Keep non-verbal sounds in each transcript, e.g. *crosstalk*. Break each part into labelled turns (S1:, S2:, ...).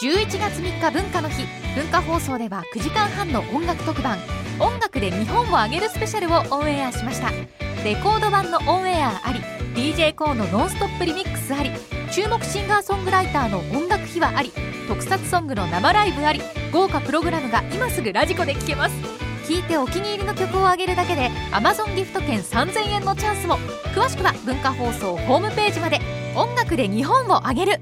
S1: 11月3日文化の日文化放送では9時間半の音楽特番「音楽で日本をあげるスペシャル」をオンエアしましたレコード版のオンエアあり d j k o の「ノンストップリミックス」あり注目シンガーソングライターの音楽秘話あり特撮ソングの生ライブあり豪華プログラムが今すぐラジコで聴けます聴いてお気に入りの曲をあげるだけで Amazon ギフト券3000円のチャンスも詳しくは文化放送ホームページまで音楽で日本をあげる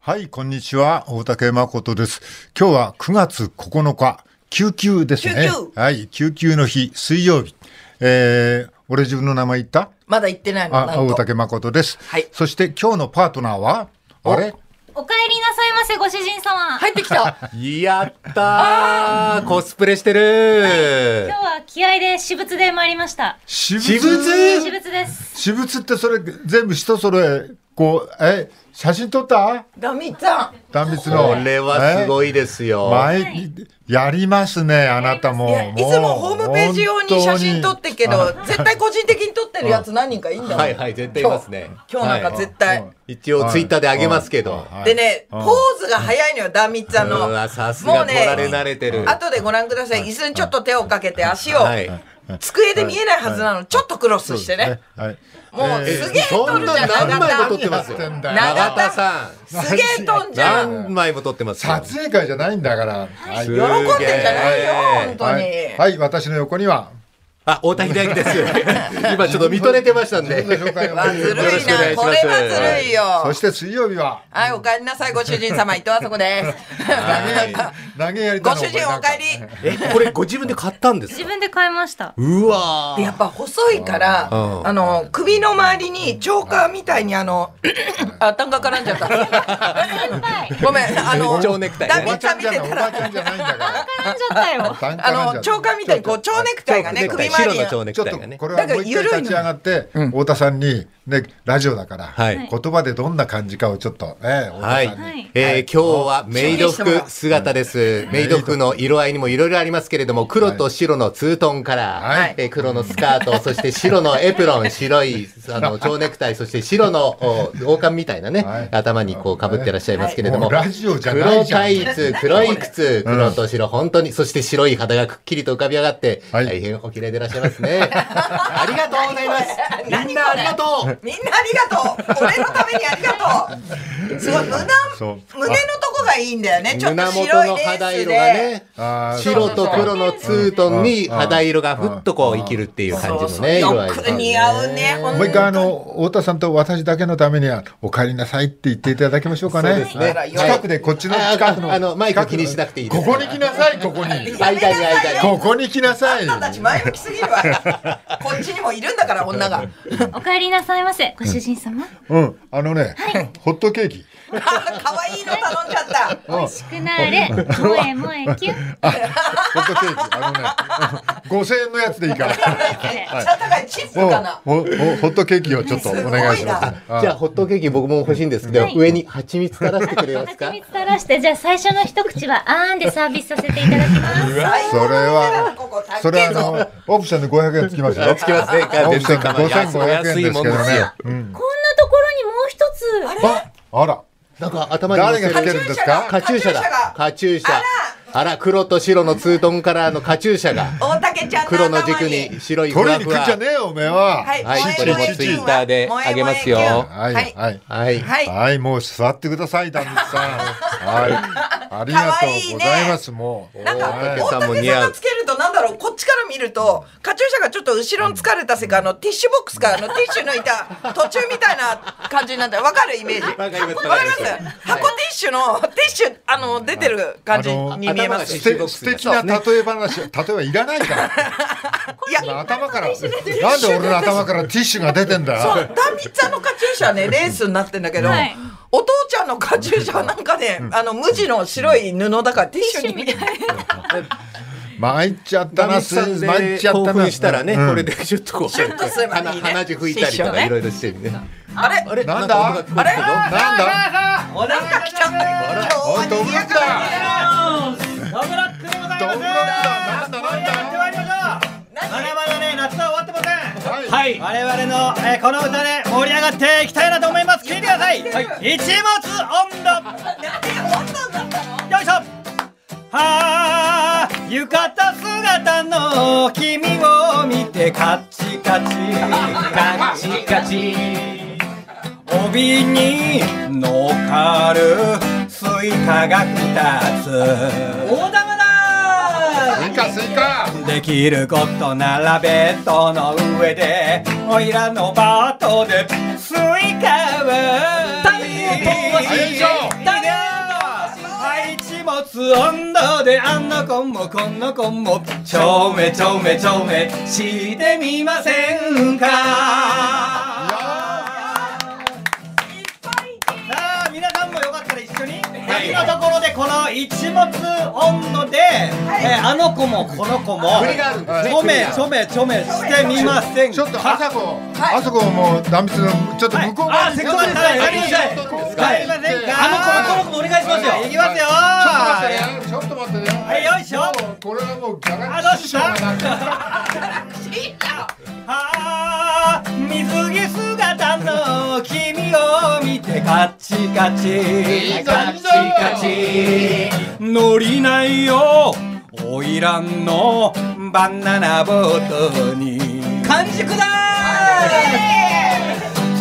S2: はい、こんにちは。大竹誠です。今日は9月9日、救急ですね。はい、救急の日、水曜日。えー、俺自分の名前言った
S3: まだ言ってないの
S2: あ、大竹誠です。はい。そして今日のパートナーは、あれ
S4: お帰りなさいませ、ご主人様。
S3: 入ってきた。
S5: やったーコスプレしてるー、
S4: はい、今日は気合で私物で参りました。
S2: 私物
S4: 私物です。
S2: 私物ってそれ全部人揃え、こう、え、写真撮った
S3: ダミちゃん。
S2: ダミツの。
S5: これはすごいですよ。
S2: 前、はい、やりますね、あなたも。
S3: いつもホームページ用に写真撮ってけど、絶対個人的に撮ってるやつ何人かいいんだ
S5: はいはい、絶対いますね。、
S3: 今日なんか絶対。はい
S5: 一応ツイッターであげますけど。
S3: でね、ポーズが早いのよ、ダミちゃんの。
S5: さすが、ね、撮られ慣れてる。
S3: 後でご覧ください。椅子にちょっと手をかけて、足を。机で見えないはずなの、ちょっとクロスしてね。はいもうすげえ飛んじゃん
S5: 何枚も撮ってますよ永田さ
S3: んすげえ飛んじゃ
S5: ん何枚も撮ってます
S2: 撮影会じゃないんだから、、
S3: はい、喜んでんじゃないよ本当に、はい
S2: はい、私の横には
S5: あ、大滝大輝です。今ちょっと見とれてましたんで。
S3: ずるいな、これはずるいよ。
S2: そして水曜日は。
S3: はい、お帰りなさい、ご主人様、伊藤あそこです。
S2: 投げやり。
S3: ご主人、お帰
S5: り。え、これご自分で買ったんです。
S4: 自分で買いました。
S5: うわ。
S3: やっぱ細いから、あの首の周りにチョーカーみたいにあの。あ、単価絡んじゃった。ごめん、あ *laughs* の。
S5: 蝶ネクタイ。
S3: ダメちゃん見てたら。あの、チョーカーみたいに、こう蝶ネクタイがね、首。
S5: 白の蝶ネクタイがね。
S2: これはもう一回立ち上がって、太田さんに、ね、ラジオだから、言葉でどんな感じかをちょっと、ね、
S5: はい。え今日はメイド服姿です。メイド服の色合いにもいろいろありますけれども、黒と白のツートンカラー、え黒のスカ *laughs* ート、そして白のエプロン、白い、あ *laughs* の、蝶ネクタイ、そして白の王冠みたいなね、頭にこう被ってらっしゃいますけれども、
S2: ラジオじゃ
S5: 黒タイツ、黒い靴、黒と白、本当に、そして白い肌がくっきりと浮かび上がって、大変お綺麗でいらっしゃいます *laughs* ね。ありがとうございます。みんなありがとう。
S3: みんなありがとう。俺のためにありがとう。すごい胸胸のとこがいいんだよね。ちょっと白いレースで。
S5: 白と黒のツートンに肌色がふっとこう生きるっていう感じのね。
S3: よく似合うね。
S2: もう一回あの太田さんと私だけのためにはお帰りなさいって言っていただきましょうかね。近くでこっちの近くの
S5: あのマイク気にしなくていい。
S2: ここに来なさいここに。
S5: 間に間に。。
S2: ここに来なさい。
S3: すぎるわ。こっちにもいるんだから女が。
S4: *laughs*
S3: *laughs*
S4: お帰りなさいませ、ご主人様。。
S2: うん、あのね、ホットケーキ。
S3: 可愛いの頼んじゃった
S4: 美味しくなれ。萌え萌えキュン。
S2: ホットケーキ、あのね、五千円のやつでいいから。ホットケーキをちょっとお願いします
S5: じゃホットケーキ僕も欲しいんですけど、上に蜂蜜垂らしてくれますか。
S4: 蜂蜜垂らして、じゃ最初の一口はあーんでサービスさせていただきます。それ
S2: は、それはあの。オプションで5 0円つきますよ。
S5: つきますね。
S2: オプション5500円ですけどね。こんな
S4: ところにもう一つ。
S2: あら。
S5: なんか頭
S2: に誰がつけるんですか
S5: カチューシャだ。カチューシャ。あら、黒と白のツートンカラーのカチューシャが。
S3: 大竹ちゃん
S5: 黒の軸に白いふわふわ。、
S2: じゃねえよ、おめえは。はい
S5: これもツイッターであげますよ。
S2: はい、はい、はい。はい、もう座ってください、ダンさん。はい。ありがとうございます。も
S3: う。なんか、大竹さんがつけると、なんだろう、こっちから見ると、カチューシャがちょっと後ろに疲れたせいか、あの、ティッシュボックスか、あの、ティッシュ抜いた途中みたいな感じなんだよ。わかるイメージ。わかります箱ティッシュの、ティッシュ、あの、出てる感じに見えます。
S2: 素敵な例え話、例えはいらないから。いや、頭から、なんで俺の頭からティッシュが出てんだ
S3: そう、ダミッツァのカチューシャね、レースになってんだけど、お父ちゃんのカチューシャなんかね、あの、無地の白い布だからティッシュにみたいな。
S2: 参っちゃったな、す参っちゃったな。
S5: 興奮したらね、これでちょっとこう、
S3: 鼻、
S5: 鼻血拭いたりとかいろいろしてね。
S3: あれあれ
S2: なんだあれなんだ
S3: お腹来ちゃった
S2: 今日は賑やか
S6: だドブロックでございますドブロックだなんだなんだやってまいりましょうまだまだね夏は終わってませんはい、はい、我々の、えー、この歌で盛り上がっていきたいなと思います聞いてください、はい、一物温度た姿の君を見てカチカチ
S7: カチカチ
S6: 帯に乗っかるスイカが二つ
S3: 大玉
S2: スイ
S3: だ
S2: カスイカ
S6: できることならベッドの上でおいらのバートでスイカは
S3: 食べ物は
S2: 以上
S3: 食べ
S6: 配置持つ温度であの子もこの子もちょめちょめちょめしてみませんかさあ皆さんもよかったら一緒に次のところでこの一物温度で、えーあの子もこの子も
S5: 振りがあるんですね
S6: ちょめちょめちょめしてみませんか
S2: ちょっとあさこ、あさこもう断密のちょっと向こう側
S6: あ、
S2: に
S6: せっかくだから、やりましょう。はい、ませんか。あの、この、この、お願いしますよ。いきますよ。
S2: ちょっと待ってねちょっと待ってね
S6: はいよいしょ
S2: もうこれはもうギャラク
S6: あ、どう
S2: シー
S6: し
S2: 賞 *laughs*
S6: た
S2: がなく。
S6: あー水着姿の君を見てカチカチカチカチ乗りないよおいらんのバナナボートに完熟だ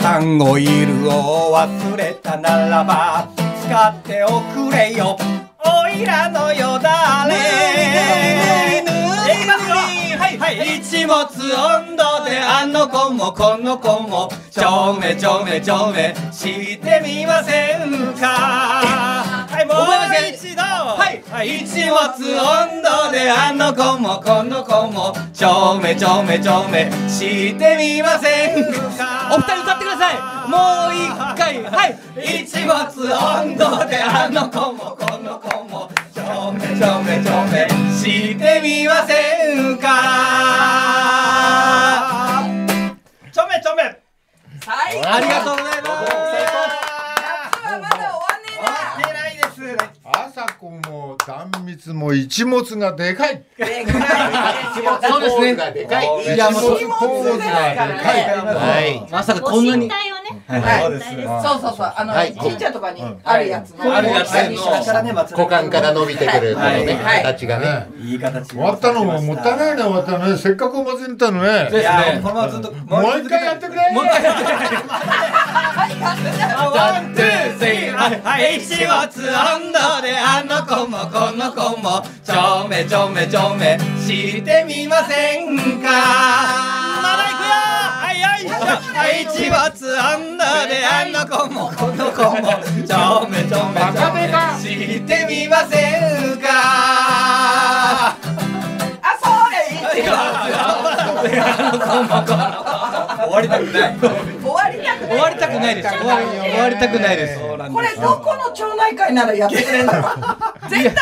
S6: サンゴイルを忘れたならば使っておくれよおいらのよだれはいはい一物温度であの子もこの子もちょめちょめちょめしてみませんかはいもう一度はい一物温度であの子もこの子もちょめちょめちょめしてみませんか
S7: お二人歌ってくださいもう一回はい
S6: 一物温度であの子もこの子もちょめちょめちょめしてみませんかちょめちょめ
S3: 最高
S6: ありがとうございます
S3: まだまだ終わんねえな
S6: 出ないです
S2: あさこも断密も一物がでかい。
S3: でかいですよ
S5: そうですね。がでかい。
S2: 一
S7: やもう
S2: 物ポーズがでかい。
S5: はい。
S7: まさかこ
S4: ご
S7: んな
S4: 身
S7: に
S4: 体をね、
S3: はい
S6: そうですね
S3: そうそうそうあの
S5: はい
S3: 神社とかにあるやつの
S6: あるやつ
S3: あれにしましょう
S6: からね松
S5: 股間から伸びてくるこのね
S3: はい
S5: 形がね。
S6: いい形
S2: 終わったのももったいないね終わったのね。せっかくお祭りに行ったの
S6: い
S2: ね。
S6: やこのままずっとも
S2: もう一回やってくれ。
S6: もう一回やってくれワン、ツー、スリー、はい、一物温度であの子もこの子もちょめちょめちょめしてみませんかまだ行くよはい、よいしょ一物温度であの子もこの子もちょめちょめちょめしてみませんか
S3: あそれ一応終わりたくない
S6: 終わりたくない終わりたくないです終わり終わりたくないです
S3: これどこの町内会ならやってくれるの絶対お子さん喜ぶ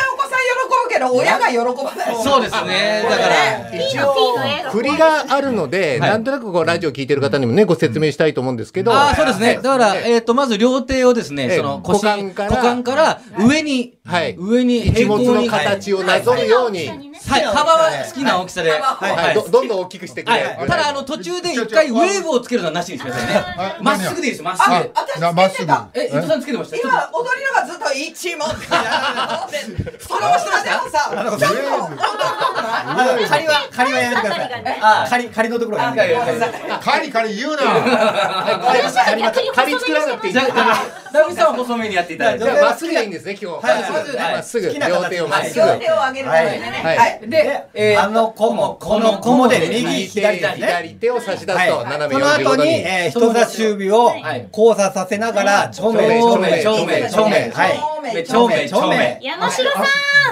S3: けど親が喜ばない
S7: そうですねだから
S4: ピーの P の絵が
S5: 振りがあるので、なんとなくこうラジオ聞いてる方にもね、ご説明したいと思うんですけど。
S7: ああそうですねだからえっとまず両手をです
S5: え
S7: ね
S5: え
S7: その腰
S5: 股間から
S7: 股間から上に
S5: はい
S7: 上に
S5: 一
S7: 平行
S5: 物
S7: に
S5: の形をなぞるように、
S4: 下にね。
S7: はい幅は好きな大きさで
S3: はい
S5: はいどどんどん大きくしてく
S7: は
S5: れ。
S7: い、ただあの途中で一回ウェーブをつけるのはなしにしてくださいね。
S2: はい
S7: まっすぐでいいですよ、まっすぐ
S3: あ。
S2: 何がなまっすぐ。
S7: え、伊藤さんつけてました。ちょっと
S3: 今踊りながらずっと一問ってやっててその下でもさちょっと踊っとくない
S6: 仮は仮はやめてください
S7: あー
S6: 仮仮のところはやめてください
S2: カリカリ言うな。
S4: 逆に細
S5: 仮
S4: めに
S5: 作らなくていい
S7: じ
S5: で
S7: ゃ
S5: す。
S7: あ、だからダミさんは細めにやっていただい
S5: じゃあ
S7: て。
S5: まっすぐでいいんですね、今日。
S6: はい
S5: まっすぐね
S7: はい
S5: まっすぐ。
S6: 好きな
S5: 両
S6: 形
S5: 手をまっすぐ。
S3: 両手を上げる感じでね
S5: はい
S3: はい
S6: で、えーあの子もこの子もで右左ですね。
S5: 左手を差し出すと、
S6: はい、
S5: 斜
S6: そ
S5: め
S6: の
S5: 45
S6: 後
S5: 度
S6: に、
S5: に。
S6: えー人差し指を
S7: はい
S6: 交差させながら、ちょめちょめちょめちょめ、は
S3: 正面正
S7: めちょめ
S6: 面
S7: ちょめ。
S4: 山城さ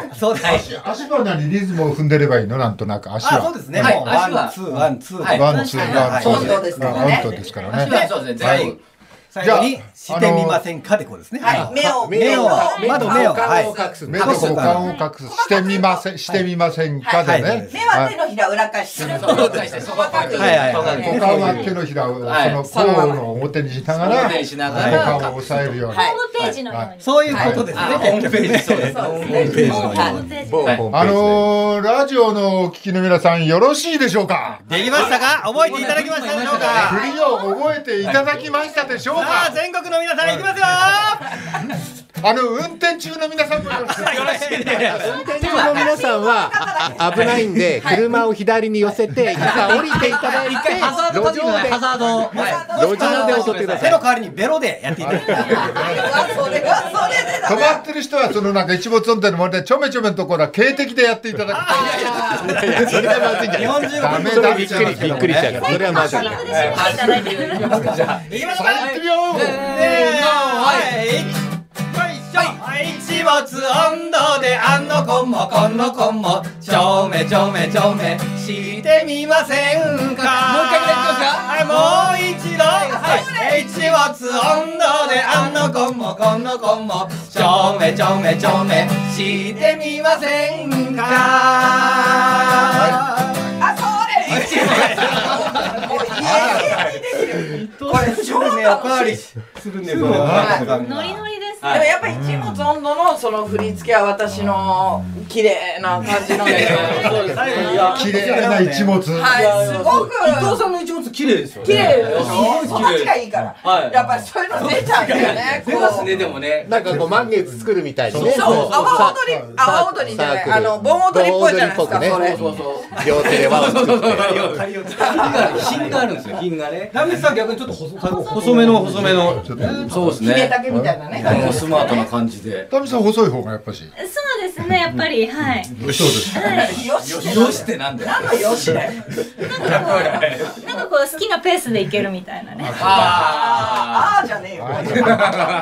S4: ん
S6: い、そうだ、はい、
S2: 足は何リズムを踏んでればいいのなんとなく足
S6: あ、そう
S2: は
S6: で。すね、
S7: はい
S6: もう
S7: 足は
S6: ワンツーワンツー、
S7: はい
S2: ワンツーワンツー。
S3: そうですね
S2: ワンツーですからね。
S7: そうですね、全員。
S6: 最後にしてみませんかってことですね。
S3: はい目を
S6: 目を
S5: 目と
S6: 目を
S5: 顔を隠す。
S2: 目と股間を隠すしてみませんしてみませんかで
S6: はい
S2: ね。
S3: 目は手のひら裏返し
S7: そうですね、そこは隠
S6: はいはいはい
S2: 股間は手のひらをそ
S7: はい
S2: の甲の表にしながら
S7: 表
S2: 股
S7: にしながら
S2: 間を押さえるように
S3: は。い
S4: ホームページのように。
S6: そういうことですね。
S7: あ、ホームページ、そうです。
S3: そうですね
S7: の
S4: ホ
S7: ように
S4: ームページ。
S5: 某ホームページで
S2: あのーラジオのお聞きの皆さんよろしいでしょうか
S6: できましたか覚えていただきましたでしょうか
S2: 振りを覚えていただきましたでしょうか、
S6: さあ全国の皆さんいきますよ
S2: あの運転中の皆さんもよろしく
S6: よろしいです
S5: でも皆さんはあ危ないんで、車を左に寄せて、一回降りていただいて、
S7: ハザード
S5: 路上で
S7: ハザード
S5: 路上で踊ってくださ
S6: 手
S5: い
S6: の。代わりにベロでやっていただきま
S3: あ
S6: す
S3: それはそれでだ
S2: 止まってる人はそのなんか一没音程の問題ちょめちょめのところは警笛でやっていただく
S5: それはまずいんじゃない
S6: 日本
S5: ですか。
S6: 中
S2: ダ
S6: が
S2: メ
S5: それ
S2: だ
S5: びっくりびっくりしちゃうから。それはまずい。
S4: リングで締めていただいてよろしいですか
S6: いきましょうか
S2: やってみよう
S6: せーのはいよいしょ一没温度であの子もこの子もちょめちょめちょめしてみませんか
S7: もう一回ぐらいいきますか
S6: はいもう一度はい一没温度であの子もこの子もちょめちょめちょめしてみませんか
S3: あそれ一
S6: これ超楽しいするね
S4: ノリノリですね
S7: はい
S3: でもやっぱ一物温度のその振り付けは私の綺麗な感じなんですよね。そうですね。
S2: 綺麗な一物
S3: はい、すごく
S7: 伊藤さんの一物綺麗ですよね。
S3: 綺麗で
S7: です
S3: し、
S7: ご
S3: 育
S7: い綺
S3: ちが
S7: 麗。
S3: いいから。
S7: はい。
S3: やっぱりそういうの出ちゃうんだよね。
S7: 出ますね
S3: こ
S7: でもね。
S5: なんかこう満月作るみたいにね。
S3: うそう、阿波
S5: さ
S3: 踊り、阿波踊りじゃない、
S5: サーク
S3: あ
S5: ル
S3: の盆踊りっぽいじゃないですか、
S5: 盆
S3: そ
S5: 踊り
S3: れ
S5: っ。ぽくね
S7: そうそう。
S5: 両手で輪を作って。
S7: 品が品があるんですよ。品がね。
S6: ダメさん逆にちょっと細細めの細めの
S7: そうです
S3: ひげ
S7: ね。
S3: 丈みたいなね。
S7: あのスマートな感じで。
S2: タミさん細い方がやっぱし
S4: そうですねやっぱりはい
S2: そうです
S3: よしって
S7: よしってなんだよ。
S3: なんのよしだよ。
S4: なんかこう好きなペースでいけるみたいなね
S7: あ
S3: あーじゃねえよ。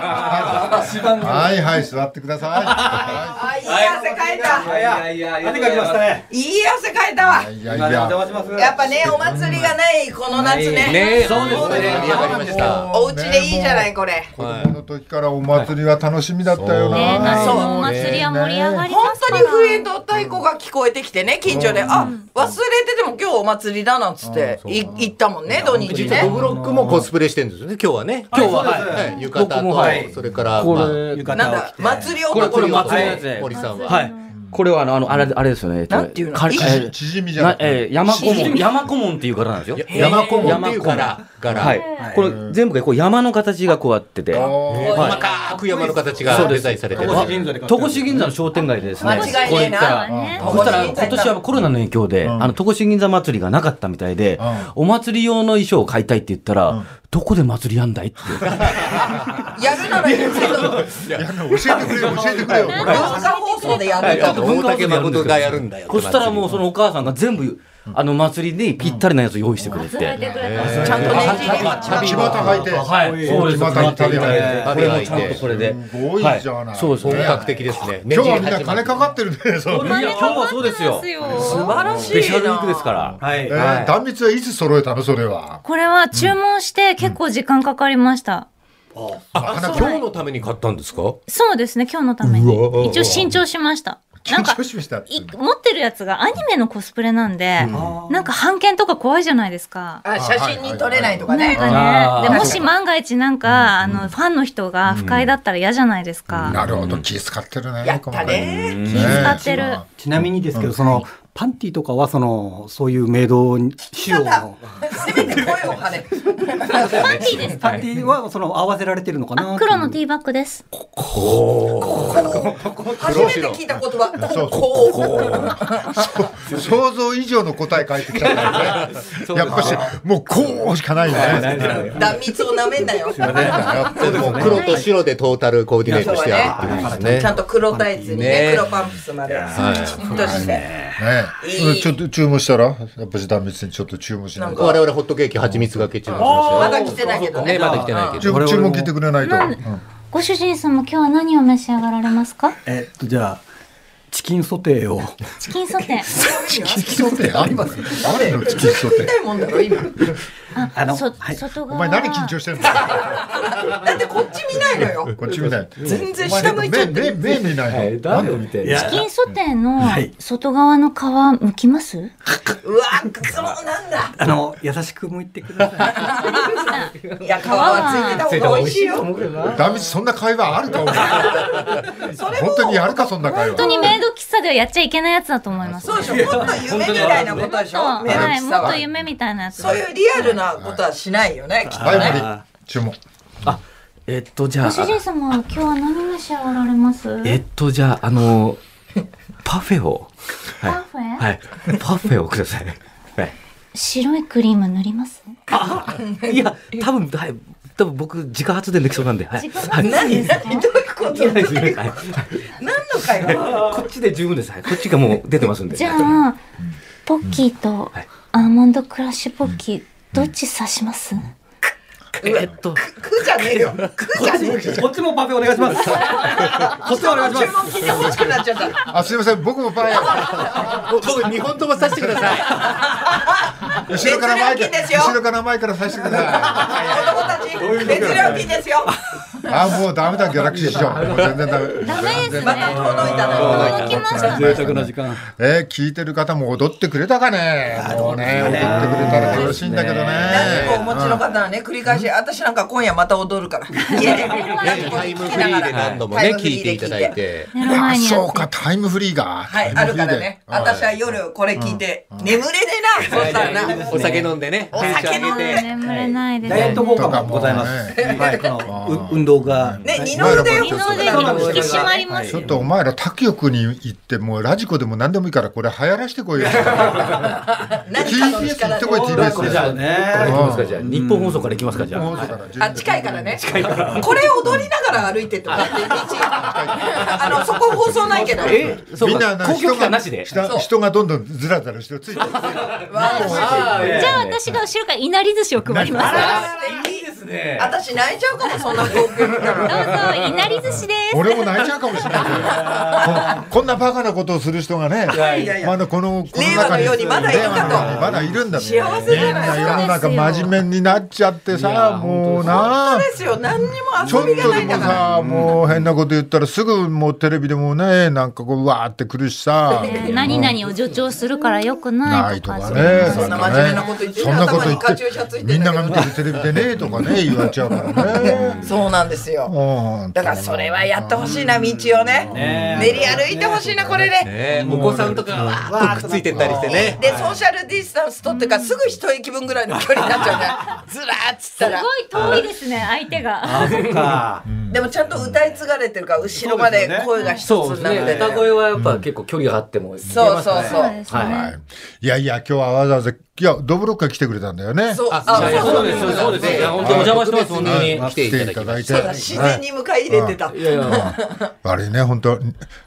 S2: はいはい座ってくださ
S3: あー、いい汗かいた。
S7: あ。いやいやいや。
S6: 汗かきました。ね
S3: いい汗かいたわ
S2: い。いや
S6: 今
S2: い
S6: ねお邪魔
S2: や
S6: します
S3: やっぱね、お祭りがないこの夏ね。
S7: ねそうですね。
S5: 盛り上がりました。
S3: お家でいいじゃない、これ。
S2: 子供の時からお祭りは楽しみだったよ
S4: ね
S2: な
S4: 夏
S3: そう
S4: のお祭りは盛り上がり
S3: 本
S4: ますか
S3: 当
S4: ら
S3: に笛と太鼓が聞こえてきてね近所で、あ忘れてても今日お祭りだなんつって
S5: うん
S3: い行ったもんね土日
S5: 実はド
S3: ね
S5: ブロックもコスプレしてるんですよね。今日はね。今日ははい浴衣
S7: 僕もはい
S5: とそれからまあ
S7: 浴
S3: なん
S7: 衣を
S3: だ
S7: 着て。
S3: 祭り
S7: これこ
S3: 男
S7: れ
S3: の
S7: 祭
S5: は
S7: りのやつ
S5: い
S7: で。
S5: 堀さんは。
S7: はい。これはあのあのあれあれですよね。えっと
S3: なんていうの
S7: かえ
S3: い
S7: ー
S2: 縮みじゃな
S7: な
S2: くて
S7: えー、山顧問山顧問っていう柄なんですよ。
S5: や山古門っていうから柄。
S7: はい。これ全部がこう山の形がこうあってて。
S2: お
S5: 細かく山の形がデザインされてる。
S7: 戸越銀座の商店街でですね。
S3: 間違いね
S7: こう
S3: え
S7: いっ
S3: な
S7: た
S2: ー
S7: そしたら今年はコロナの影響で、
S2: ん
S7: あの戸越銀座祭りがなかったみたいで、お祭り用の衣装を買いたいって言ったら、どこで祭りやん
S2: *laughs*
S7: だいって。
S3: やるならいいけど
S2: 教えてくれよ教えてくれよ
S3: 文化放送でやる
S5: ちょっ
S3: と
S5: と大竹誠がやるんだよ。
S7: そしたらもうそのお母さんが全部、あの祭りにぴったりなやつを用意してくれて。
S4: 忘れてくれた
S3: ちゃんとねじれば
S2: ちまた履いて
S7: はい、そうです。
S2: ちまた履いて
S7: これもちゃんとこれで。
S2: すごいじゃない
S7: そうです
S5: 本
S7: ね。
S5: 格的ですね。
S2: 今日はみんな金かかってるねそう
S4: お金かかってますよ
S3: 素晴らしいな
S7: スペシャルウィークですから。
S6: はい
S2: えー断蜜はいつ揃えたのそれは
S4: これは注文して結構時間かかりました
S5: あ今日のために買ったんですか？
S4: そうですね今日のために
S5: うわ
S4: 一応新調しましたな
S2: 緊
S4: んか
S2: 張しましたって
S4: い持ってるやつがアニメのコスプレなんで、なんか版権とか怖いじゃないですか。
S3: あ写真に撮れないとか
S4: なん
S3: ね
S4: かね、
S7: あー
S4: でもし万が一なんか、あのファンの人が不快だったら嫌じゃないですか。
S2: なるほど気使ってるね
S3: やったね
S2: 気
S4: 気使ってる。
S8: ちなみにですけど、そのパンティとかはそのそういうメイド仕様の
S3: せめて声を張れ
S4: パンティーですか。
S8: パンティはその合わせられてるのかな
S4: あ、
S8: っていう
S4: 黒のティーバッグです。
S3: 初めて聞いた言葉
S2: そう
S3: こうこう
S2: 想像以上の答え返ってきたからねやっぱしもうこうしかないね
S3: 断蜜をなめんなよ
S5: もう黒と白でトータルコーディネートしてやるっていうことですね。
S3: ちゃんと黒タイツにね
S5: ね
S3: 黒パンプスまで
S5: はい。
S3: きちんとして
S2: ね
S3: いい
S2: ちょっと注文したらやっぱし断蜜にちょっと注文しないと
S5: 我々ホットケーキ蜂蜜がけ注文し
S3: ま
S5: ま
S3: だ来てないけど
S5: したよ。ね
S3: ね
S5: まだ来てないけど。
S2: 注注文聞いてくれないと
S4: なんで
S2: うん
S4: ご主人様、今日は何を召し上がられますか。
S8: えっとじゃあチキンソテーを
S4: チキンソテー。
S2: チキンソテーありますあるのチキンソテー
S3: 痛いもんだろ今
S8: あの
S4: そ、
S8: はい
S4: 外側。
S2: お前何緊張してんだ
S3: だってこっち見ないのよ
S2: こっち見ない
S3: 全然下向いちゃって
S2: 目目目見ないの
S7: 誰を見て
S8: いや
S4: チキンソテーの
S8: はい
S4: 外側の皮剥きます。
S3: うわくそなんだ
S8: あの優しく向いてください。
S3: *laughs* いや皮はついてた方が美味しいよ
S2: 断蜜そんな会話あるかお前
S3: それ
S2: 本
S3: も
S2: 当にやるかそんな会話
S4: 本当にメイド喫茶ではやっちゃいけないやつだと思います。
S3: そうでしょもっと夢みたいなことでしょ
S4: そう
S3: メロ
S4: はい、
S3: キ
S4: も
S3: さ
S4: っ
S3: は
S4: と夢みたいなやつ。
S3: そういうリアルなことはしないよねきっと
S2: はい
S3: ね
S2: 無理注文
S7: あ、えっと、じゃ
S4: ご
S7: あ、
S4: 主人様、今日は何召し上がられます
S7: えっと、じゃあ、あの、パフェを。はい
S4: パフェ
S7: はい。パフェをください。はい。
S3: *laughs*
S4: 白いクリーム塗ります
S7: いや、多分、はい、多分僕、自家発電できそうなんで、はい。
S4: 時間
S7: はい。
S4: が
S7: は
S4: ないですか
S7: いはい
S3: 何の会話
S7: こっちで十分です。はい。こっちがもう出てますんで。
S4: じゃあ、ポッキーと
S7: はい
S4: アーモンドクラッシュポッキー、どっち刺します
S7: えっと、
S3: 苦じゃねえよ苦じゃねえよ
S6: こっちもパフェお願い
S3: *laughs*
S6: します。こっちもお願いし
S3: 注文
S6: ます。
S3: 聞いて欲しくなっちゃった
S2: あ、すいません、僕もパン屋。
S5: 僕、2本ともさせてください。
S2: 後ろから前か
S3: 別料金
S2: ら、
S3: ですよ
S2: 後ろから前からさせてくださ
S3: 男たち別料金ですよ
S2: い。あ、もうダメだ、ギャラクシー賞。もう全然ダメ。
S4: ダメですね。
S3: また
S4: 届
S3: 届いたな
S4: きましたね。
S8: 贅沢な時間。
S2: えー、聞いてる方も踊ってくれたかね。もうね、踊ってくれたらよろしいんだけど
S3: 何個お
S2: ね。
S3: 持ちの方はね繰り返し私なんか今夜また踊るから家で
S5: ね、タイムフリーで何度もね、聞いていただいて。
S4: 寝る
S2: あ
S4: 前にやって
S2: そうか、タイムフリーが。
S3: はい
S2: タ
S3: あ
S2: イム
S3: る
S2: フリ
S3: か
S2: ーで
S3: らね私は夜これ聞いて眠れねえなそしたらな
S5: お酒飲んでね、
S3: お酒飲んで
S4: 眠れないです
S6: ダイエッ
S4: ね。
S6: ト効
S2: と
S6: 果
S2: か
S6: も
S2: も
S6: ございま
S2: ね
S6: す。はい、このう運動が。
S3: ね二の腕を
S4: 二の腕に引き締まります
S2: ちょっとお前ら他局に行ってもうラジコでも何でもいいからこれ流行らしてこいよ。TBS 行ってこい TBS で。
S3: 何かの力で
S7: 行
S6: そうね。
S7: きますかじゃあ、日本放送から行きますかじゃあ。
S2: 放送
S7: はい
S2: から
S3: あ近いからねこれ踊りながら歩いてとかって道あのそこ放送ないけど
S7: え、そう
S2: みんな
S7: か。
S2: な
S7: 公共
S2: 人
S7: 機関
S2: が
S7: なしで。
S2: 人人がどんどんずらずらしてついてる。
S3: わあ
S4: じゃあ私が後ろからいなり寿司を配ります。
S7: いいですね。
S3: 私泣いちゃうかもそんな光景見
S4: どう
S3: た
S4: ぞ
S3: ら
S4: いなり寿司です。
S2: 俺も泣いちゃうかもしれないけど。こんなバカなことをする人がね、
S3: いやいや
S2: まああのこのこの
S3: 令和の
S2: 中に
S3: ようにまだいるかと
S2: 令和のようにまだいるんだ。
S3: 幸せじゃないですか
S2: みん世の中真面目になっちゃってさ、もうな。
S3: ですよ何にも
S2: ちょっ
S3: 遊びが
S2: と
S3: な
S2: で
S3: いん
S2: も
S3: だから
S2: さ、もう変なこと言ったらすぐもうテレビでもね、なんかこう、うわーって来るし
S3: *laughs*
S2: さ。
S4: 何々を助長するから良く
S2: な
S4: ない
S2: い
S4: と
S2: とか
S4: かそう
S2: ね。
S3: そんな真面目なこと言ってね
S2: そんなこと言
S3: 頭にカチューシャ
S2: っ
S3: つ
S2: て、
S3: いて
S2: み
S3: ん
S2: ん
S3: だ
S2: な
S3: けど
S2: が見てるテレビでね、とか
S3: *laughs*
S2: ね、言われちゃうからね。
S3: そうなんですよ
S2: うん
S3: だからそれはやってほしいな道をね練り歩いてほしいなこれで
S5: ね、お子さんとかわーっとくっついてったりしてね。
S3: でソーシャルディスタンス取ってからすぐ一駅分ぐらいの距離になっちゃうねずらーっつったら
S4: すごい遠いですね相手が。
S6: あ、そっか。
S3: でもちゃんと歌い継がれてるから後ろまで声が一つ
S7: そう
S3: になっ
S7: で
S3: て
S7: すね。歌声はやっぱ結構距離があっても。
S3: そうそう
S7: う。
S4: そう
S3: そ
S4: です
S7: は
S4: ね。
S2: はいいやいや、今日はわざわざ、いや、ドブロッカー来てくれたんだよね。
S3: うそうあ
S5: あ
S3: そうそう
S7: そうですそうですそうです。いや本当にお邪魔してます本当に。
S2: 来ていただいて。
S3: そうだ自然に迎え入れてた
S7: いやいや。
S2: 悪いね、本当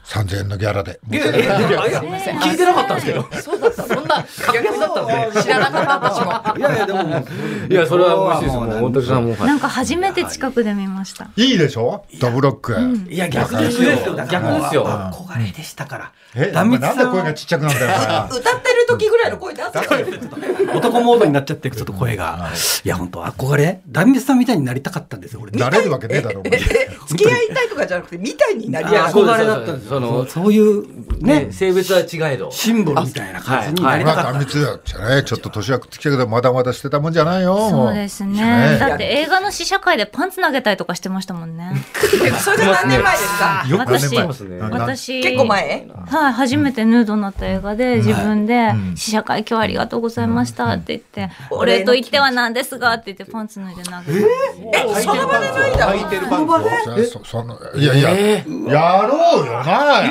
S2: 3000円のギャラ
S3: *laughs*
S2: で。
S7: 聞いてなかったんですけど。
S3: そうだったそんな逆だった知らなかった私も
S6: いやいやでももう
S7: いやそれは嬉しいですもん。本当にさもうはい
S4: なんか初めて近くで見ました。
S2: いいでしょドブロック。
S6: いや逆ですよ。逆ですよ。憧れでしたから。
S2: え、な
S6: 壇
S2: ん
S6: 蜜さん
S2: で声がちっちゃくなったよお前ら。
S3: 歌ってる時ぐらいの声出すから
S6: 男モードになっちゃってちょっと声が。いや本当憧れ。ダンビスさんみたいになりたかったんですよ俺。
S2: なれるわけねえだろ、お前
S3: 付き合いたいとかじゃなくてみたいになりやが
S6: や
S3: っ
S7: そうで
S6: 憧
S7: す
S6: れだったんです
S7: そ
S6: よ。
S7: の
S6: そうそういうね
S7: ね性別は違えど。
S6: シンボルみたいな感じになり
S2: ま
S6: た
S2: あ、
S6: かった
S2: 断。密だじゃね、ちょっと年は食ってきたけど、まだまだ捨てたもんじゃないよ。
S4: そうです
S2: ね
S4: ね。だって映画の試写会でパンツ投げたりとかしてましたもんね。
S3: てそれで何年前ですか
S2: よく
S4: 私
S2: ね、
S4: 私
S3: 結構前
S4: はい、初めてヌードになった映画で自分で「試写会今日はありがとうございました」って言って「お礼と言ってはなんですが」って言ってパンツ脱いで投げて
S3: えその場でないんだ
S5: 履いてるパンツを。
S2: そそそのいやいや、やろうよ
S5: *laughs*
S2: な。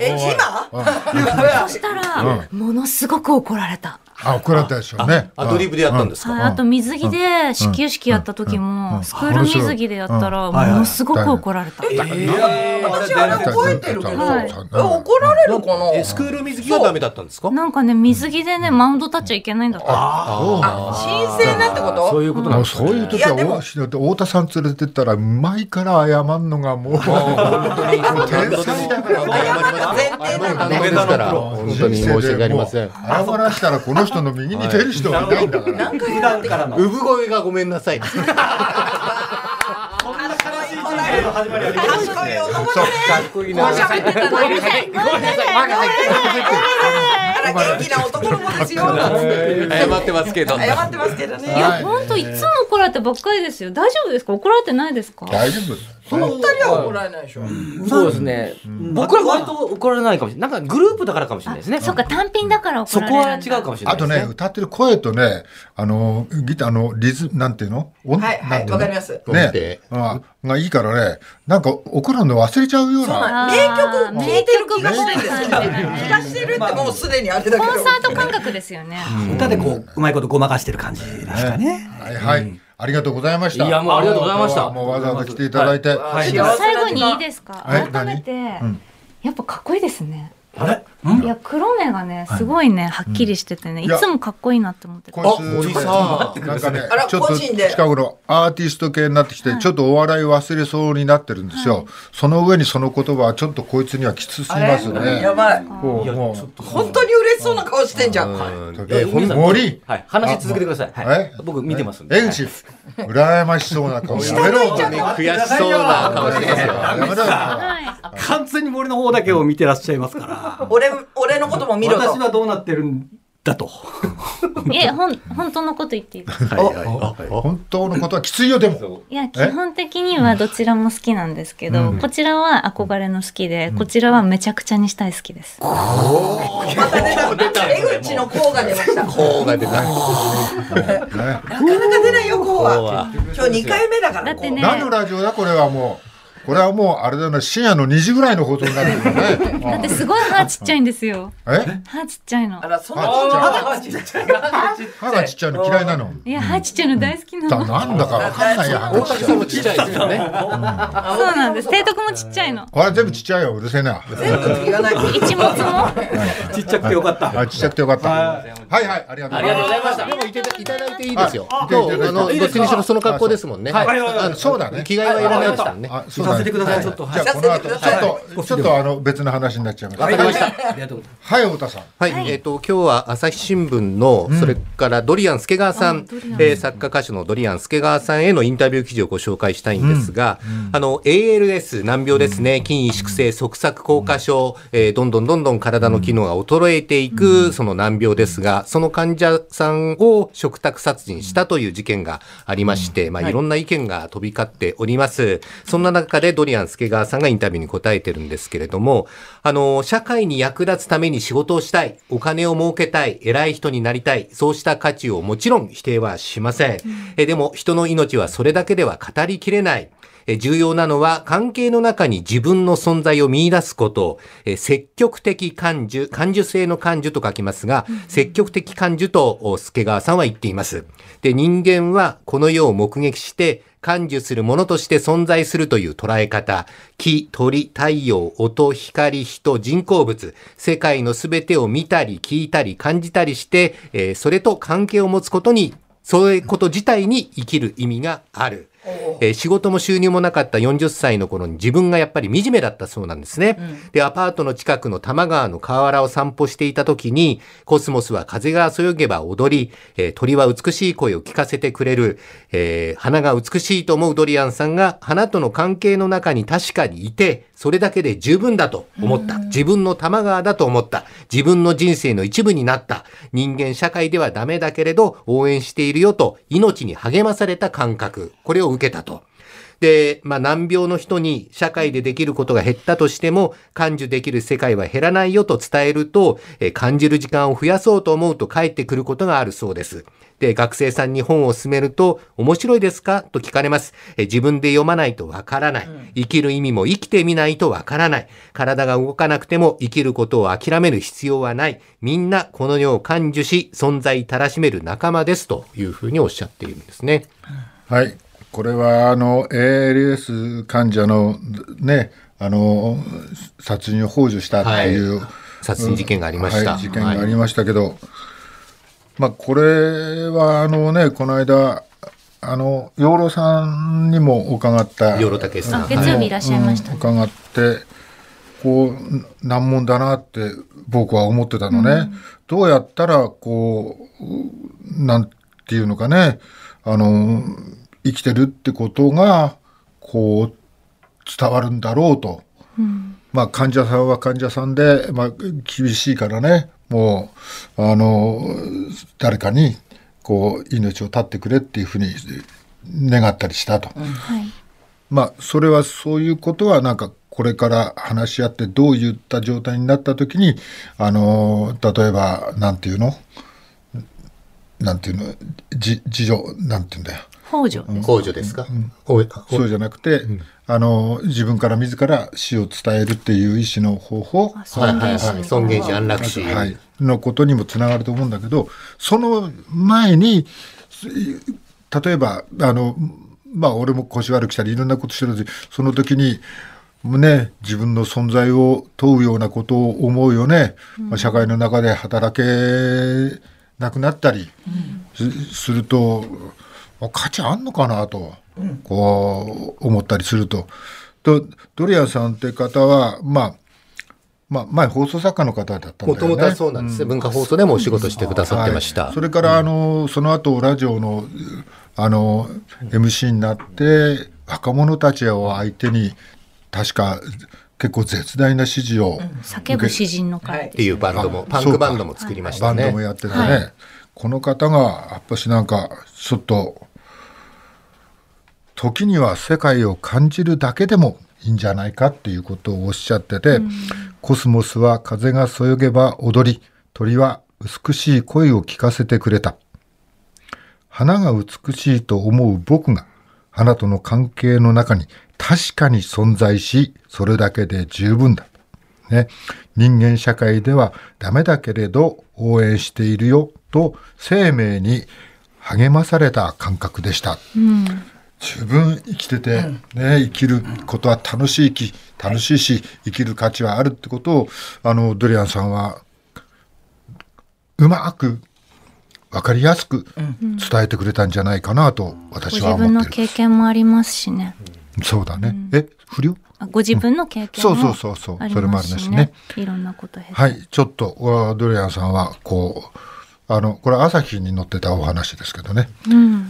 S3: え今
S4: そしたらものすごく怒られた、
S2: あ、怒られたでしょうね。
S5: アドリブでやったんですか
S4: はい、あと水着で始球式やった時もスクール水着でやったらものすごく怒られた
S3: 私あれ覚えてるけど
S4: はい
S3: え怒られるかな
S5: え、スクール水着はダメだったんですか
S4: なんかね水着でねマウンド立っちゃいけないんだって
S3: 神聖なってこ
S7: そう
S3: と
S7: いうこと
S2: うん
S7: な
S2: も
S7: ん
S2: う
S7: ですか
S2: そういう時
S3: いやで
S2: は、
S3: も
S2: お太田さん連れてったら、うまいから謝んのがもう、天才だから。
S3: 謝った前提なの
S5: ダメ
S3: ね
S5: ですから、本当に申し訳ありません。
S2: 謝らしたら、この人の右に出る人はいないんだから。
S3: 何
S6: 普
S3: 回
S6: 段から
S5: *laughs*
S6: の。
S5: 産声がごめんなさい。
S6: こんな悲しい人生の始まりは
S3: 賢い男
S2: そ
S3: だ
S2: う
S3: ね
S2: かっこいいな。
S3: 喋ってたのにあら元気な男の子ですよ
S5: 謝ってますけど。
S3: 謝ってますけどね
S4: いやほんといつも怒られてばっかりですよ大丈夫ですか怒られてないですか
S2: 大丈夫。
S3: その二人は怒られないでしょ。
S7: そうですね。僕ら割と怒られないかもしれない。なんかグループだからかもしれないですね。
S4: そっか、単品だから怒
S7: そ
S4: ら
S7: こ
S4: れ
S7: は
S4: るんだ。
S7: 違うかもしれない
S2: あ
S7: で
S2: と
S7: す
S2: ね、
S7: ね。
S2: 歌ってる声とね、あの、ギターのリズム、なんていうの音
S3: はいは
S2: なん
S3: い、
S2: てうの
S3: わかります。
S5: 音
S2: ね
S5: 程、
S2: あがいいからね、なんか怒るの忘れちゃうよう
S3: そう
S2: な。
S3: なん
S4: あー
S3: 名曲聴いてる気がしてるんですけど、
S4: 名曲が多い
S3: 気がしてるってもうすでにあれだけど。
S4: コンサート感覚ですよね。
S6: 歌でこう、うまいことごまかしてる感じですかね。
S2: はいはい。ありがとうございました。
S7: いやもうありがとうございました
S2: もうわざわざ来ていただいて。
S3: は
S7: はい
S3: 幸せな時間
S4: 最後にいいですか
S2: え
S4: 改めて、
S2: うん
S4: やっぱかっこいいですね。
S7: あれ
S4: いや、黒目がね、すごいね、はっきりしててね、
S2: い
S4: い
S2: や
S4: つもかっこいいなって思ってて。
S2: こいつ
S5: あ森さん
S2: なんかね
S3: あら、
S2: ちょっ
S3: 個
S2: と
S3: 人で
S2: 近頃アーティスト系になってきて、ちょっとお笑い忘れそうになってるんですよ。その上にその言葉はちょっとこいつにはきつすぎ
S3: あ
S2: ます
S3: れ
S2: ね。
S3: やばい。
S2: こうもう
S3: 本当に嬉しそうな顔してんじゃん。
S5: うん
S2: えほん
S7: 皆さん
S2: 森
S7: はい、話し続けてください。はい、僕見てますんで。
S2: えんち、羨ましそうな顔やめろ。
S3: 下向いちゃっ
S5: 悔しそうな顔してますよ。
S2: やめろ。
S4: はい。
S8: 完全に森の方だけを見てらっしゃいます
S7: *laughs*
S8: から。
S3: 俺、俺のことも見ろと
S8: 私。はどうなってるんだと。
S4: いや、ほん、本当のこと言っていいですか。
S2: 本当のことはきついよでも。
S4: いや、基本的にはどちらも好きなんですけど、こちらは憧れの好きで、こちらはめちゃくちゃにしたい好きです。
S3: また出た。江口の甲が出ました。なか
S5: こうが出た。
S3: なか出ないよ、甲
S5: 甲
S3: は
S5: は。
S3: 今日二回目だから。
S4: だってね
S2: 何のラジオだこれはもう。これはもうあれだよね深夜の2時ぐらいの放送になるよね。
S4: だってすごい歯ちっちゃいんで
S2: *laughs*
S4: すよ。
S2: え
S4: 歯ちっちゃいの
S3: 甲あ。ら、そんな
S2: あ
S3: ちっちゃい。
S2: 歯がちっちゃいの嫌いなの。
S4: いや、歯ちっちゃいの大好きな
S2: だ
S4: の。
S2: なんだかわかんないや
S5: 大
S2: 歯がちっち
S5: 竹
S2: ゃ
S5: さ
S2: い
S5: んもちっちゃいですよね。
S4: そうなんです。提督もちっちゃいの。
S2: これは全部ちっちゃいようるせえな。
S3: 全部言わない。
S4: 一物も。
S8: ちっちゃくてよかった。
S2: あちっちゃくてよかった。はいはいありがとう
S7: ありがとうございました。
S5: でもいていただいていいですよ。
S2: あ
S5: 今
S2: いいで
S5: 日
S2: す
S5: あの
S2: いい
S5: どっちにしろその格好ですもんね。
S8: いはいはい
S5: あの
S2: そうだね
S5: 着替えはいらないですもんね。
S2: あそう
S8: さ
S2: だ
S8: せて
S2: ね。
S8: ください。ちょっと。
S2: じゃあこの後ちょっとちょっとあの別の話になっちゃいます。
S5: わかりました。
S8: ありがとうございま
S2: はい太田さん。
S5: はい、えっ、と今日は朝日新聞の、それからドリアン助川さん、えー作家歌手のドリアン助川さんへのインタビュー記事をご紹介したいんですが、あの ALS 難病ですね、筋萎縮性側索硬化症、えーどんどんどんどん体の機能が衰えていく、その難病ですが、その患者さんを嘱託殺人したという事件がありまして、まあいろんな意見が飛び交っております。そんな中でドリアン助川さんがインタビューに答えてるんですけれども、あの、社会に役立つために仕事をしたい、お金を儲けたい、偉い人になりたい、そうした価値をもちろん否定はしません。えでも、人の命はそれだけでは語りきれない。え重要なのは、関係の中に自分の存在を見出すこと、え積極的感受、感受性の感受と書きますが、積極的感受と、お助川さんは言っています。で、人間はこの世を目撃して、感受するものとして存在するという捉え方、木、鳥、太陽、音、光、人、人工物、世界のすべてを見たり聞いたり感じたりして、えーそれと関係を持つことに、そういうこと自体に生きる意味がある。えー仕事も収入もなかった40歳の頃に自分がやっぱり惨めだったそうなんですね。で、アパートの近くの多摩川の河原を散歩していた時に、コスモスは風がそよげば踊り、えー鳥は美しい声を聞かせてくれる、えー花が美しいと思うドリアンさんが、花との関係の中に確かにいて、それだけで十分だと思った。自分の玉川だと思った。自分の人生の一部になった。人間社会ではダメだけれど、応援しているよと、命に励まされた感覚。これを受けたと。で、まあ、難病の人に社会でできることが減ったとしても、感受できる世界は減らないよと伝えると、えー感じる時間を増やそうと思うと返ってくることがあるそうです。で、学生さんに本を勧めると、面白いですかと聞かれます。えー自分で読まないとわからない。生きる意味も生きてみないとわからない。体が動かなくても生きることを諦める必要はない。みんなこの世を感受し、存在たらしめる仲間です。というふうにおっしゃっているんですね。
S2: はい、これはあの ALS 患者のね、あの殺人を幇助したっていう、
S5: 殺人事件がありました。
S2: はい事件がありましたけど、まあこれはあのねこの間あの養老さんにも伺った
S5: 養老武さん。
S4: 月曜日いらっしゃいました
S2: うん伺
S4: ね。
S2: ってこう難問だなって僕は思ってたのね、どうやったらこうなんていうのかねあの生きてるってことがこう伝わるんだろうと、まあ患者さんは患者さんで、まあ、厳しいからねもうあの誰かにこう命を絶ってくれっていうふうに願ったりしたと。
S4: はい。
S2: まあ、それはそういうことはなんかこれから話し合ってどういった状態になった時にあの例えばなんていうのなんていうのじ自助なんていうんだよ
S4: 北条です。
S5: 控除ですか、
S2: そうじゃなくて、あの自分から自ら死を伝えるっていう意思の方法
S5: はいはいはい。尊厳死安楽死。
S2: はい、のことにもつながると思うんだけどその前にす例えばあのまあ俺も腰悪くしたりいろんなことしてるしその時に。ね、自分の存在を問うようなことを思うよね、まあ社会の中で働けなくなったりすすると、あ価値あんのかなと、こう思ったりすると。とドリアンさんって方は、まあまあ、前放送作家の方だったんだよね。
S5: もともとはそうなんですね、文化放送でもお仕事してくださってました。
S2: はいそれから、あのその後ラジオのあの MC になって若者たちを相手に確か結構絶大な支持を
S4: 叫ぶ詩人の
S5: っ
S4: 会で
S5: て
S4: す。
S5: いうバンドも、
S2: あ
S5: パンクバンドも作りました
S2: バンド
S5: ね
S2: も。やってたね、
S4: は
S2: この方がやっぱしなんかちょっと時には世界を感じるだけでもいいんじゃないかっていうことをおっしゃってて、コスモスは風がそよげば踊り鳥は美しい声を聞かせてくれた花が美しいと思う僕が花との関係の中に確かに存在しそれだけで十分だね、人間社会ではダメだけれど応援しているよと生命に励まされた感覚でした。十分生きてて、ね、生きることは楽しいき楽しいし生きる価値はあるってことをあのドリアンさんはうまく分かりやすく伝えてくれたんじゃないかなと
S4: ご
S2: 私は
S4: 自
S2: 思
S4: 分の
S2: ってる。
S4: 経験もありますしね。
S2: そうだね。え不良
S4: あご自分の経験
S2: そ
S4: も
S2: うそうそうそう
S4: あり
S2: それも
S4: ま
S2: あり
S4: す
S2: ます
S4: し
S2: ね
S4: ね。いろんなこと経て
S2: はい、ちょっと、わドリアンさんは、こう、あの、これ朝日に載ってたお話ですけどね。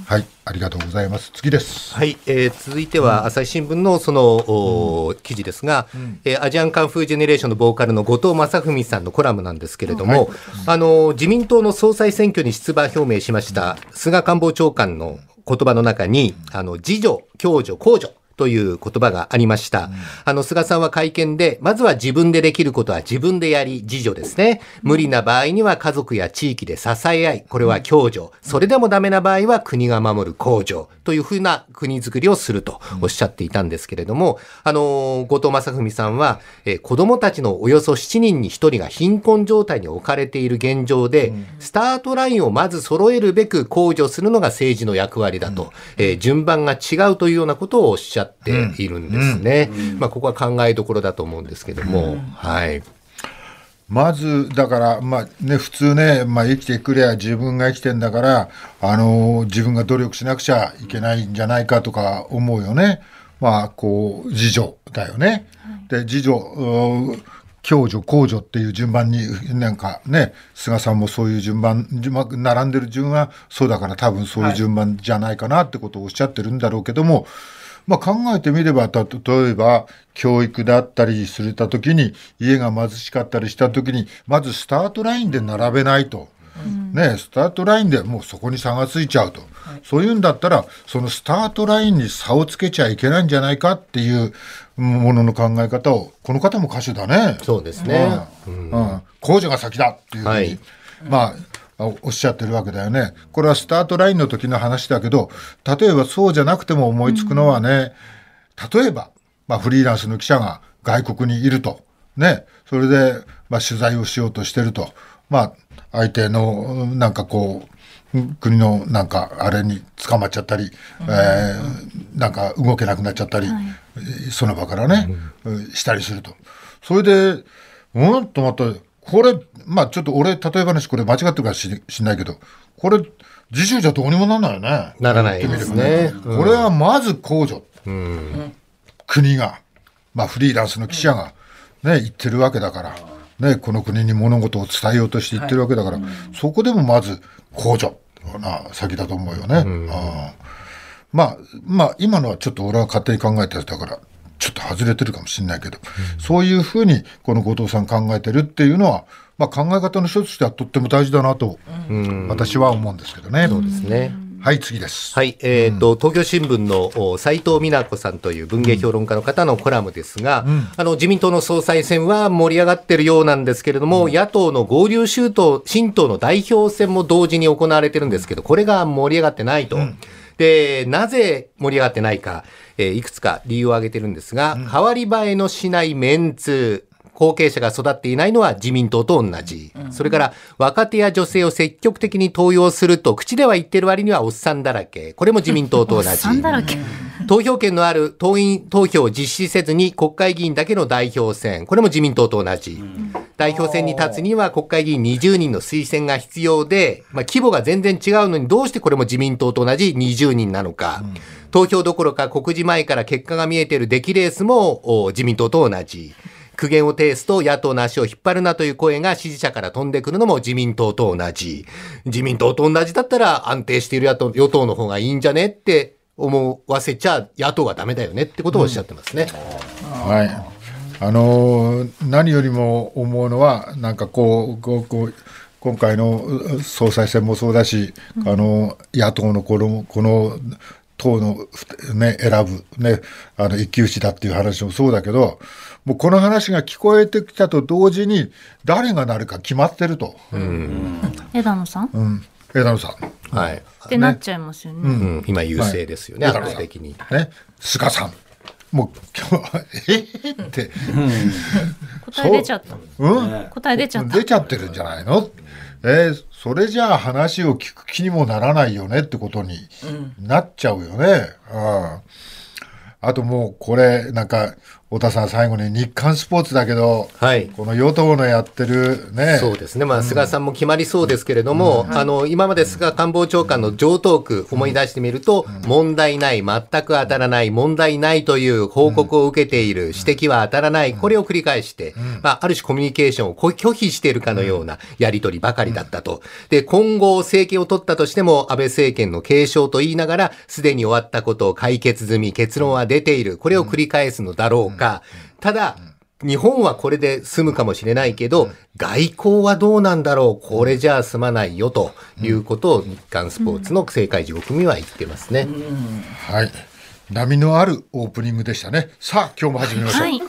S2: はい、ありがとうございます。次です。
S5: はい、えー続いては朝日新聞のその、お記事ですが、えーアジアンカンフージェネレーションのボーカルの後藤正文さんのコラムなんですけれども、あの自民党の総裁選挙に出馬表明しました菅官房長官の言葉の中に、あの自助、共助、公助。という言葉がありました。あの、菅さんは会見で、まずは自分でできることは自分でやり、自助ですね。無理な場合には家族や地域で支え合い、これは共助。それでもダメな場合は国が守る公助というふうな国づくりをするとおっしゃっていたんですけれども、あの、後藤正文さんは、えー子供たちのおよそ7人に1人が貧困状態に置かれている現状で、スタートラインをまず揃えるべく公助するのが政治の役割だと、えー順番が違うというようなことをおっしゃっているんですね。まあ、ここは考えどころだと思うんですけども、はい。
S2: まず、だから、まあね、普通ね、まあ生きてくりゃ自分が生きてんだから、あの、自分が努力しなくちゃいけないんじゃないかとか思うよね。まあ、こう、自助だよね。で、自助、うん共助、公助っていう順番に、なんかね、菅さんもそういう順番、順番並んでる順はそうだから多分そういう順番じゃないかなってことをおっしゃってるんだろうけども、まあ、考えてみれば、た例えば、教育だったりするたときに、家が貧しかったりしたときに、まずスタートラインで並べないと。ね、スタートラインでもうそこに差がついちゃうと、そういうんだったらそのスタートラインに差をつけちゃいけないんじゃないかっていうものの考え方をこの方も歌手だね。
S5: そうですね。
S2: うんうん、控除が先だっていうふうに、
S5: はい
S2: まあおおっしゃってるわけだよね。これはスタートラインの時の話だけど例えばそうじゃなくても思いつくのはね、例えば、まあ、フリーランスの記者が外国にいると、ね、それで、まあ、取材をしようとしてると、まあ、相手のうんなんかこううん国のなんかあれに捕まっちゃったり、えーなんか動けなくなっちゃったり、えーその場からね、うんしたりすると。それで、うんと思って、これ、まあちょっと俺、例え話、これ間違ってるかししんないけど、これ、自習じゃどうにもなんないよね。
S5: ならないですね。
S2: これはまず公助、国が、まあ、フリーランスの記者が、ね、言ってるわけだから、ね、この国に物事を伝えようとして言ってるわけだから、そこでもまず公助な先だと思うよね。ああまあ、まあ、今のはちょっと俺は勝手に考えたやつだから、ちょっと外れてるかもしれないけど、そういうふうにこの後藤さん考えてるっていうのは、まあ、考え方の一つとしてはとっても大事だなと、私は思うんですけどね。
S5: そうですね。
S2: はい次です
S5: はい、えっ、と、東京新聞のお斉藤美奈子さんという文芸評論家の方のコラムですが、あの、自民党の総裁選は盛り上がってるようなんですけれども、野党の合流新党、新党の代表選も同時に行われてるんですけど、これが盛り上がってないと。で、なぜ盛り上がってないか、えーいくつか理由を挙げてるんですが、変わり映えのしないメンツ、後継者が育っていないのは自民党と同じ。それから、若手や女性を積極的に登用すると口では言ってる割にはおっさんだらけ。これも自民党と
S4: *laughs*
S5: 同じ。
S4: さんだらけ。
S5: 投票権のある党員投票を実施せずに国会議員だけの代表選、これも自民党と同じ。代表選に立つには国会議員20人の推薦が必要で、まあ、規模が全然違うのにどうしてこれも自民党と同じ20人なのか。投票どころか告示前から結果が見えている出来レースもお自民党と同じ。苦言を呈すと野党の足を引っ張るなという声が支持者から飛んでくるのも自民党と同じ。自民党と同じだったら安定している野党与党の方がいいんじゃねって思わせちゃ野党がダメだよねってことをおっしゃってますね。
S2: はい。あのー何よりも思うのは、なんかこう、こう、こう、今回のう総裁選もそうだし、あのー野党のこの、この、党の、ふね、選ぶ、ね、あの、一騎打ちだっていう話もそうだけど、もうこの話が聞こえてきたと同時に、誰がなるか決まってると。
S4: 枝野さん、
S2: うん。枝野さん。
S5: はい。
S4: ってなっちゃいますよね。
S5: うん、今優勢ですよね、
S2: はい
S5: 圧倒的に。
S2: ね、菅さん。もう今日は、 *laughs* えーって、
S4: 答え出ちゃった。
S2: うん
S4: 答え出ちゃった。
S2: 出ちゃってるんじゃないの、えーそれじゃあ話を聞く気にもならないよねってことになっちゃうよね。うんあともうこれなんか太田さん最後に日刊スポーツだけど、
S5: はい。
S2: この与党のやってるね
S5: そうですね、まあ、菅さんも決まりそうですけれども、あの今まで菅官房長官の上等句、思い出してみると、問題ない、全く当たらない、問題ないという報告を受けている、指摘は当たらない、これを繰り返して、まあ、ある種コミュニケーションをこ拒否しているかのようなやり取りばかりだったと、で今後、政権を取ったとしても、安倍政権の継承と言いながら、すでに終わったことを解決済み、結論は出ている、これを繰り返すのだろうか、ただ、日本はこれで済むかもしれないけど、外交はどうなんだろう、これじゃあ済まないよということを日刊スポーツの政界地獄組は言ってますね。
S2: はい波のあるオープニングでしたねさあ今日も始めましょう、
S4: はい。